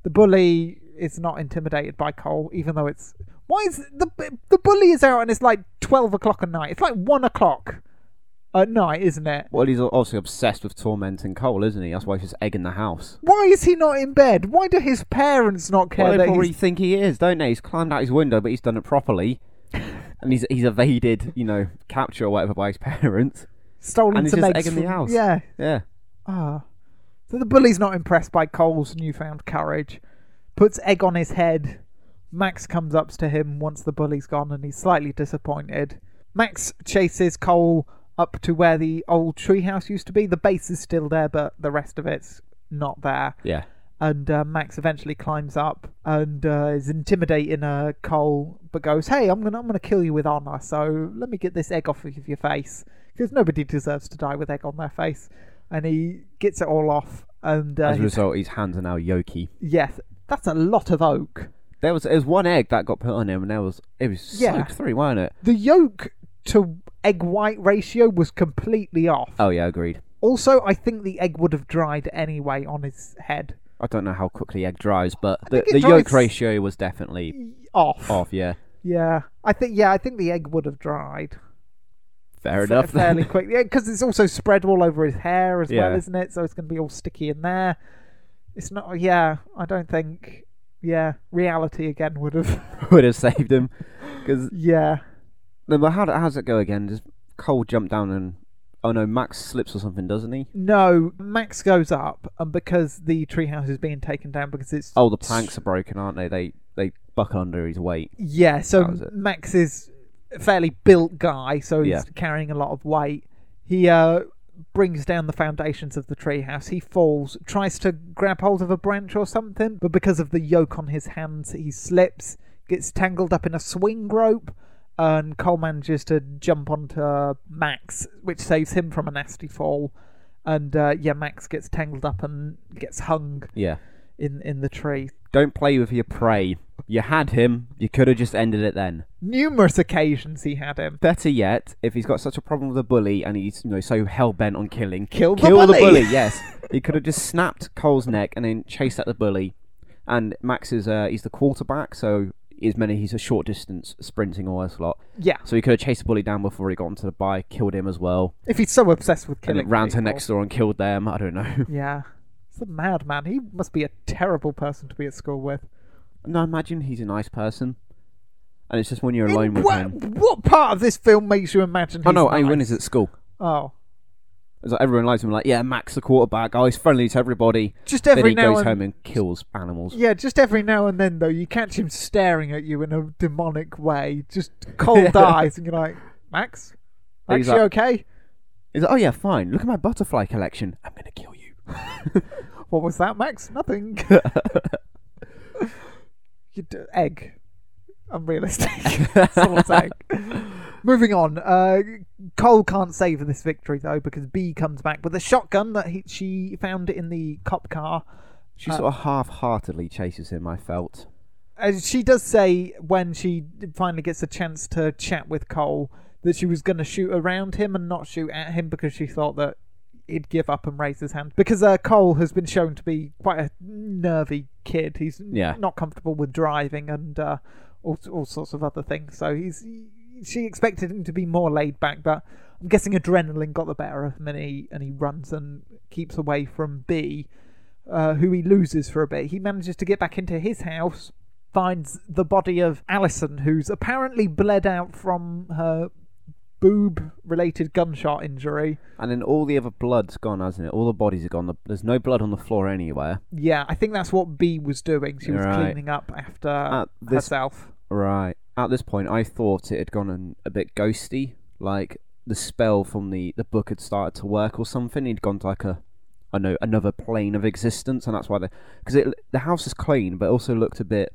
The bully is not intimidated by Cole, even though it's. Why is the the bully is out and it's like twelve o'clock at night? It's like one o'clock at night, isn't it? Well, he's also obsessed with tormenting Cole, isn't he? That's why he's just egging the house. Why is he not in bed? Why do his parents not care well, they that probably he's think he is, don't they? He's climbed out his window, but he's done it properly, and he's he's evaded, you know, capture or whatever by his parents. stolen and he's some just eggs egging the from- house. Yeah, Yeah. Ah. So the bully's not impressed by Cole's newfound courage, puts egg on his head. Max comes up to him once the bully's gone and he's slightly disappointed. Max chases Cole up to where the old treehouse used to be. The base is still there, but the rest of it's not there. Yeah. And uh, Max eventually climbs up and uh, is intimidating uh, Cole, but goes, "Hey, I'm gonna, I'm gonna kill you with honor. So let me get this egg off of your face, because nobody deserves to die with egg on their face." And he gets it all off, and uh, As a his- result, his hands are now yoki. yes, that's a lot of oak. There was there was one egg that got put on him, and there was it was Yeah. soaked through, weren't it? The yolk to egg white ratio was completely off. Oh yeah, agreed. Also, I think the egg would have dried anyway on his head. I don't know how quickly egg dries, but the, think it the yolk dries- ratio was definitely Off. off. Yeah, Yeah, I think. Yeah, I think the egg would have dried. fair fa- enough. fairly quick. Yeah, because it's also spread all over his hair as Yeah. well, isn't it? So it's going to be all sticky in there. It's not. Yeah, I don't think. Yeah, reality again would have. Would have saved him because yeah, no, but how do- how's it go again? Does Cole jump down and oh no, Max slips or something, doesn't he? no. Max goes up, and because the treehouse is being taken down because it's Oh, the planks are broken, aren't they? They they buckle under his weight. Yeah, That so was it. Max is a fairly built guy, so he's Yeah. carrying a lot of weight. He uh, brings down the foundations of the treehouse. He falls, tries to grab hold of a branch or something, but because of the yoke on his hands, he slips, gets tangled up in a swing rope, and Cole manages to jump onto Max, which saves him from a nasty fall. And uh, yeah, Max gets tangled up and gets hung Yeah. in, in the tree. Don't play with your prey. You had him. You could have just ended it then. Numerous occasions he had him. Better yet, if he's got such a problem with the bully and he's you know so hell bent on killing, Kill the bully. yes, he could have just snapped Cole's neck and then chased at the bully. And Max is uh, he's the quarterback, so is many he's a short distance sprinting all this lot. Yeah. So he could have chased the bully down before he got onto the bike, killed him as well, If he's so obsessed with and killing, then ran to people. next door and killed them. I don't know. Yeah, he's a madman. He must be a terrible person to be at school with. no, imagine he's a nice person, and it's just when you're alone with what, him. what part of this film makes you imagine? He's Oh no, nice? I mean, when he's at school. Oh, It's like everyone likes him, like yeah, Max the quarterback. Oh, he's friendly to everybody. just every then he now goes and home and kills animals. yeah, just every now and then though, you catch him staring at you in a demonic way, just cold eyes, and you're like, Max, He's Max, you like- okay? He's like, oh yeah, fine. Look at my butterfly collection. I'm gonna kill you. What was that, Max? Nothing. you d- egg. Unrealistic. That's all I'm saying. Moving on. Uh, Cole can't save this victory though because B comes back with a shotgun that he, she found in the cop car. She sort of half-heartedly chases him. I felt. Uh, she does say when she finally gets a chance to chat with Cole that she was going to shoot around him and not shoot at him because she thought that he'd give up and raise his hand because uh, Cole has been shown to be quite a nervy kid. He's n- Yeah. not comfortable with driving and uh, all all sorts of other things. So he's she expected him to be more laid back, but I'm guessing adrenaline got the better of him and he and he runs and keeps away from B, uh, who he loses for a bit. He manages to get back into his house. Finds the body of Allison, who's apparently bled out from her boob related gunshot injury. And then all the other blood's gone, hasn't it? All the bodies are gone. The- There's no blood on the floor anywhere. Yeah, I think that's what B was doing. She was Right. Uh, cleaning up after this- herself. Right. At this point, I thought it had gone an, a bit ghosty. Like the spell from the, the book had started to work or something. He'd gone to like a, I know, another plane of existence, and that's why the because the house is clean, but also looked a bit.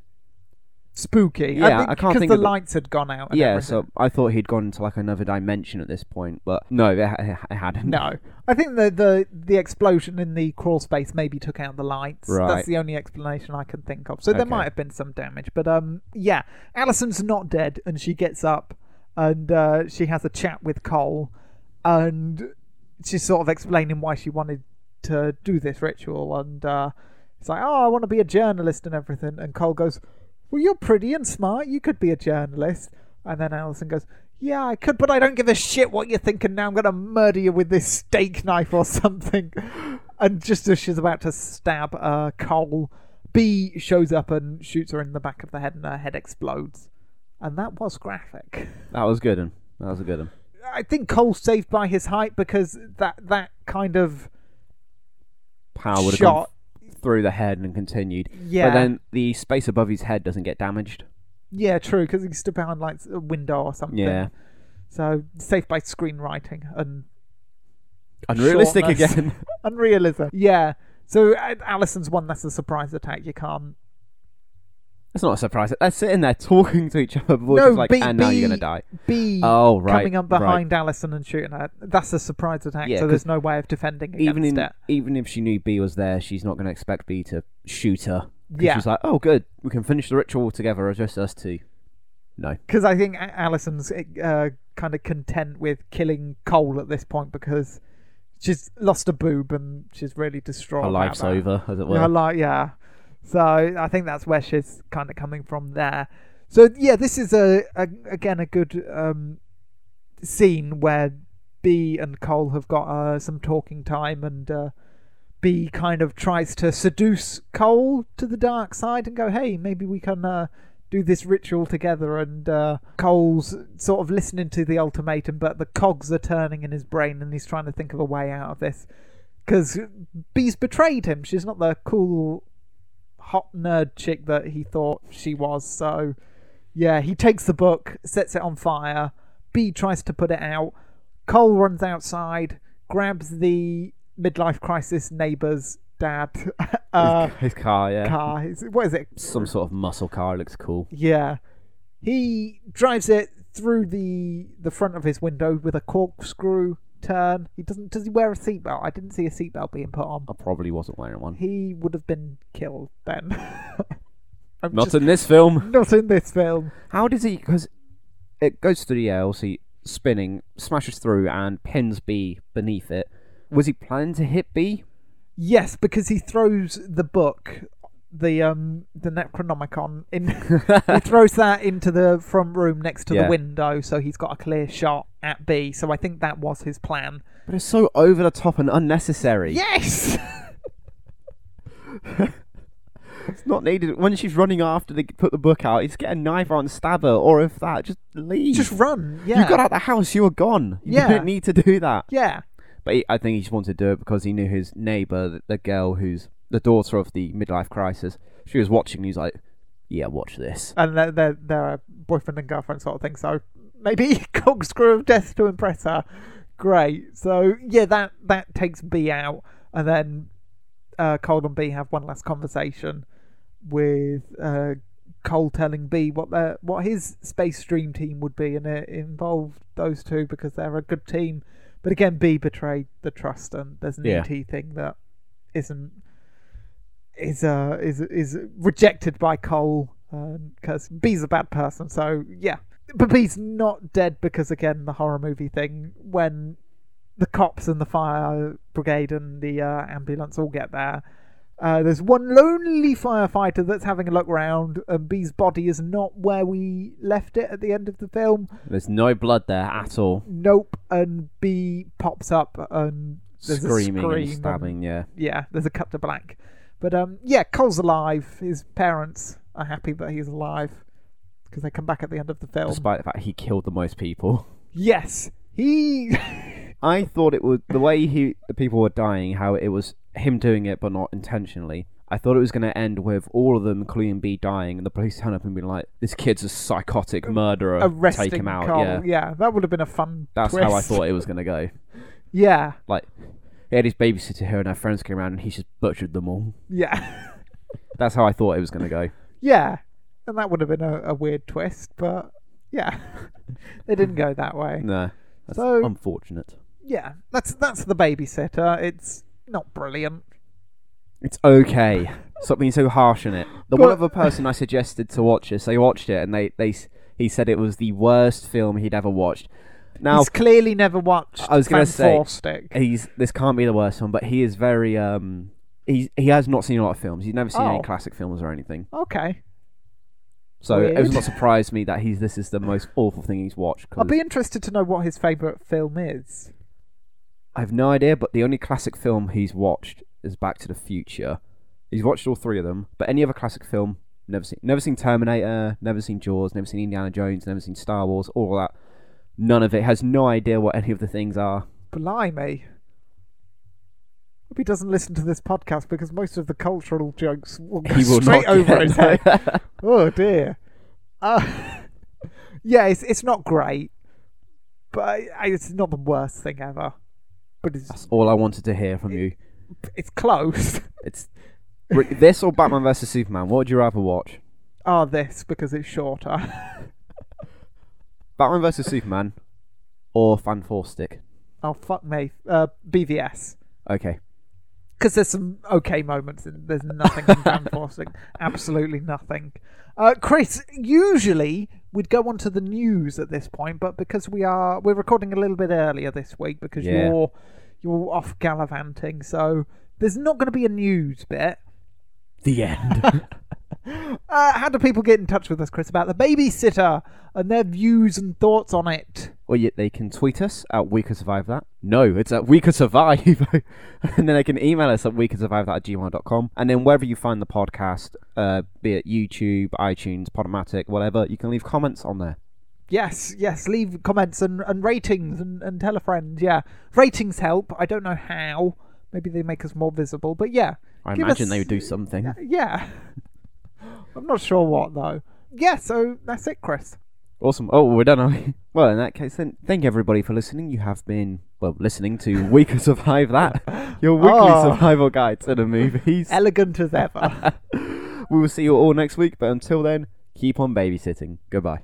Spooky. Yeah, I can't because think the of the- lights had gone out. And yeah. everything. So I thought he'd gone into like another dimension at this point, but no, it, ha- it hadn't. no, I think the the the explosion in the crawl space maybe took out the lights. Right. That's the only explanation I can think of. So there Okay. might have been some damage, but um, yeah, Alison's not dead, and she gets up and uh, she has a chat with Cole, and she's sort of explaining why she wanted to do this ritual, and uh, it's like, oh, I want to be a journalist and everything, and Cole goes, well, you're pretty and smart, you could be a journalist, and then Alison goes. Yeah, I could, but I don't give a shit what you're thinking now. I'm going to murder you with this steak knife or something. And just as she's about to stab uh, Cole, B shows up and shoots her in the back of the head, and her head explodes. And that was graphic. that was good. One. That was a good one. I think Cole's saved by his height because that that kind of Power would have gone shot. through the head and continued. Yeah. But then the space above his head doesn't get damaged. Yeah, true, because he stood behind like a window or something. Yeah. So saved by screenwriting and Unrealistic Shortness. again. unrealism. Yeah. So uh, Alison's one that's a surprise attack. You can't That's not a surprise. They're sitting there talking to each other, voices like, B- and now B- you're going to die. B Oh, right, coming up right. behind Allison and shooting her. That's a surprise attack, Yeah, so 'cause there's no way of defending against Even in, it. even if she knew B was there, she's not going to expect B to shoot her. 'Cause Yeah. She's like, oh, good. We can finish the ritual together as just us two. No. Because I think A- Alison's uh, kind of content with killing Cole at this point because she's lost a boob and she's really distraught. Her about life's that. over, as it Yeah, were. like yeah. So I think that's where she's kind of coming from there. So yeah, this is a, a again a good um, scene where B and Cole have got uh, some talking time, and uh, B kind of tries to seduce Cole to the dark side and go, "Hey, maybe we can uh, do this ritual together." And uh, Cole's sort of listening to the ultimatum, but the cogs are turning in his brain, and he's trying to think of a way out of this because B's betrayed him. She's not the cool, hot nerd chick that he thought she was. So, yeah, he takes the book, sets it on fire. B tries to put it out. Cole runs outside, grabs the midlife crisis neighbor's dad uh, His car, yeah. car. Is it- What is it? Some sort of muscle car. It looks cool. Yeah. He drives it through the the front of his window with a corkscrew turn. He doesn't does he wear a seatbelt? I didn't see a seatbelt being put on. I probably wasn't wearing one. He would have been killed then. I'm Not just- in this film. not in this film. How does he? Because it goes through the air, obviously spinning, smashes through, and pins B beneath it. Was he planning to hit B? Yes, because he throws the book, the um the Necronomicon in he throws that into the front room next to Yeah. the window so he's got a clear shot at B. So I think that was his plan. But it's so over the top and unnecessary. Yes. It's not needed. When she's running after they put the book out, just get a knife out and stab her, or if that, just leave. Just run. Yeah. You got out the house, you were gone. You Yeah. didn't need to do that. Yeah. But he, I think he just wanted to do it because he knew his neighbour, the, the girl who's the daughter of the midlife crisis, she was watching and he's like, yeah, watch this. and they're, they're, they're a boyfriend and girlfriend sort of thing. So maybe corkscrew of death to impress her. Great. So yeah, that that takes B out, and then uh, Cole and B have one last conversation with uh, Cole telling B what their what his space dream team would be, and it involved those two because they're a good team. But again, B betrayed the trust, and there's an Yeah. ET thing that isn't is uh is is rejected by Cole because B's a bad person. So yeah, but B's not dead because again the horror movie thing when the cops and the fire brigade and the uh, ambulance all get there. Uh, there's one lonely firefighter that's having a look round, and B's body is not where we left it at the end of the film. There's no blood there at all. Nope, and B pops up and there's Screaming a scream and stabbing, yeah. yeah, there's a cut to black. But um, yeah, Cole's alive. His parents are happy that he's alive because they come back at the end of the film. Despite the fact he killed the most people. Yes, he. I thought it was the way he the people were dying, how it was him doing it but not intentionally. I thought it was going to end with all of them, including B, dying, and the police turn up and be like, "This kid's a psychotic murderer. arresting Take him out." Cole. Yeah, that would have been a fun. that's how I twist. thought it was going to go. Yeah, Like, he had his babysitter here, and her friends came around, and he just butchered them all. yeah, That's how I thought it was going to go. yeah, and that would have been a, a weird twist, but yeah, they didn't go that way. No, that's So- unfortunate. Yeah, that's that's the babysitter. It's not brilliant. It's okay. Stop being so harsh on it. The But- one other person I suggested to watch this, they watched it, and they they s- he said it was the worst film he'd ever watched. Now He's clearly never watched. I was gonna say- eh, Stick. he's this can't be the worst one, but he is very um he he has not seen a lot of films. He's never seen Oh. any classic films or anything. Okay, So it was Weird. not surprised me that he's this is the most awful thing he's watched. I'll 'cause be interested to know what his favourite film is. I have no idea, but the only classic film he's watched is Back to the Future. He's watched all three of them, but any other classic film, never seen. Never seen Terminator, never seen Jaws, never seen Indiana Jones, never seen Star Wars, all that. None of it. Has no idea what any of the things are. Blimey. Hope he doesn't listen to this podcast because most of the cultural jokes will go He will straight not over get- his head. oh dear. Uh, yeah, it's it's not great, but I, I, it's not the worst thing ever. But it's That's all I wanted to hear from you. it's close. It's Rick, this or Batman vs Superman. What would you rather watch? Ah, this because it's shorter. Batman vs Superman or Fan Four Stick? oh fuck me. Uh, BVS. Okay. because there's some okay moments and there's nothing in Van Forsting. Absolutely nothing. Uh, Chris, usually we'd go on to the news at this point, but because we are we're recording a little bit earlier this week because Yeah. you're you're off gallivanting, so there's not going to be a news bit. The end. Uh, how do people get in touch with us, Chris, about the babysitter and their views and thoughts on it? or yet they can tweet us at We Could Survive That. No, it's at We Could Survive. and then they can email us at We Could Survive That at gmail.com. And then wherever you find the podcast, uh, be it YouTube, iTunes, Podomatic, whatever, you can leave comments on there. Yes, yes. Leave comments and, and ratings and, and tell a friend. Yeah, ratings help. I don't know how. Maybe they make us more visible, but yeah. I give imagine us- they would do something. Yeah, I'm not sure what though. Yeah, so that's it, Chris. Awesome. Oh, we're done, are we? Well, in that case, then, thank you everybody for listening. You have been, well, listening to We Could Survive That, your weekly Oh. survival guide to the movies. Elegant as ever. we will see you all next week, but until then, keep on babysitting. Goodbye.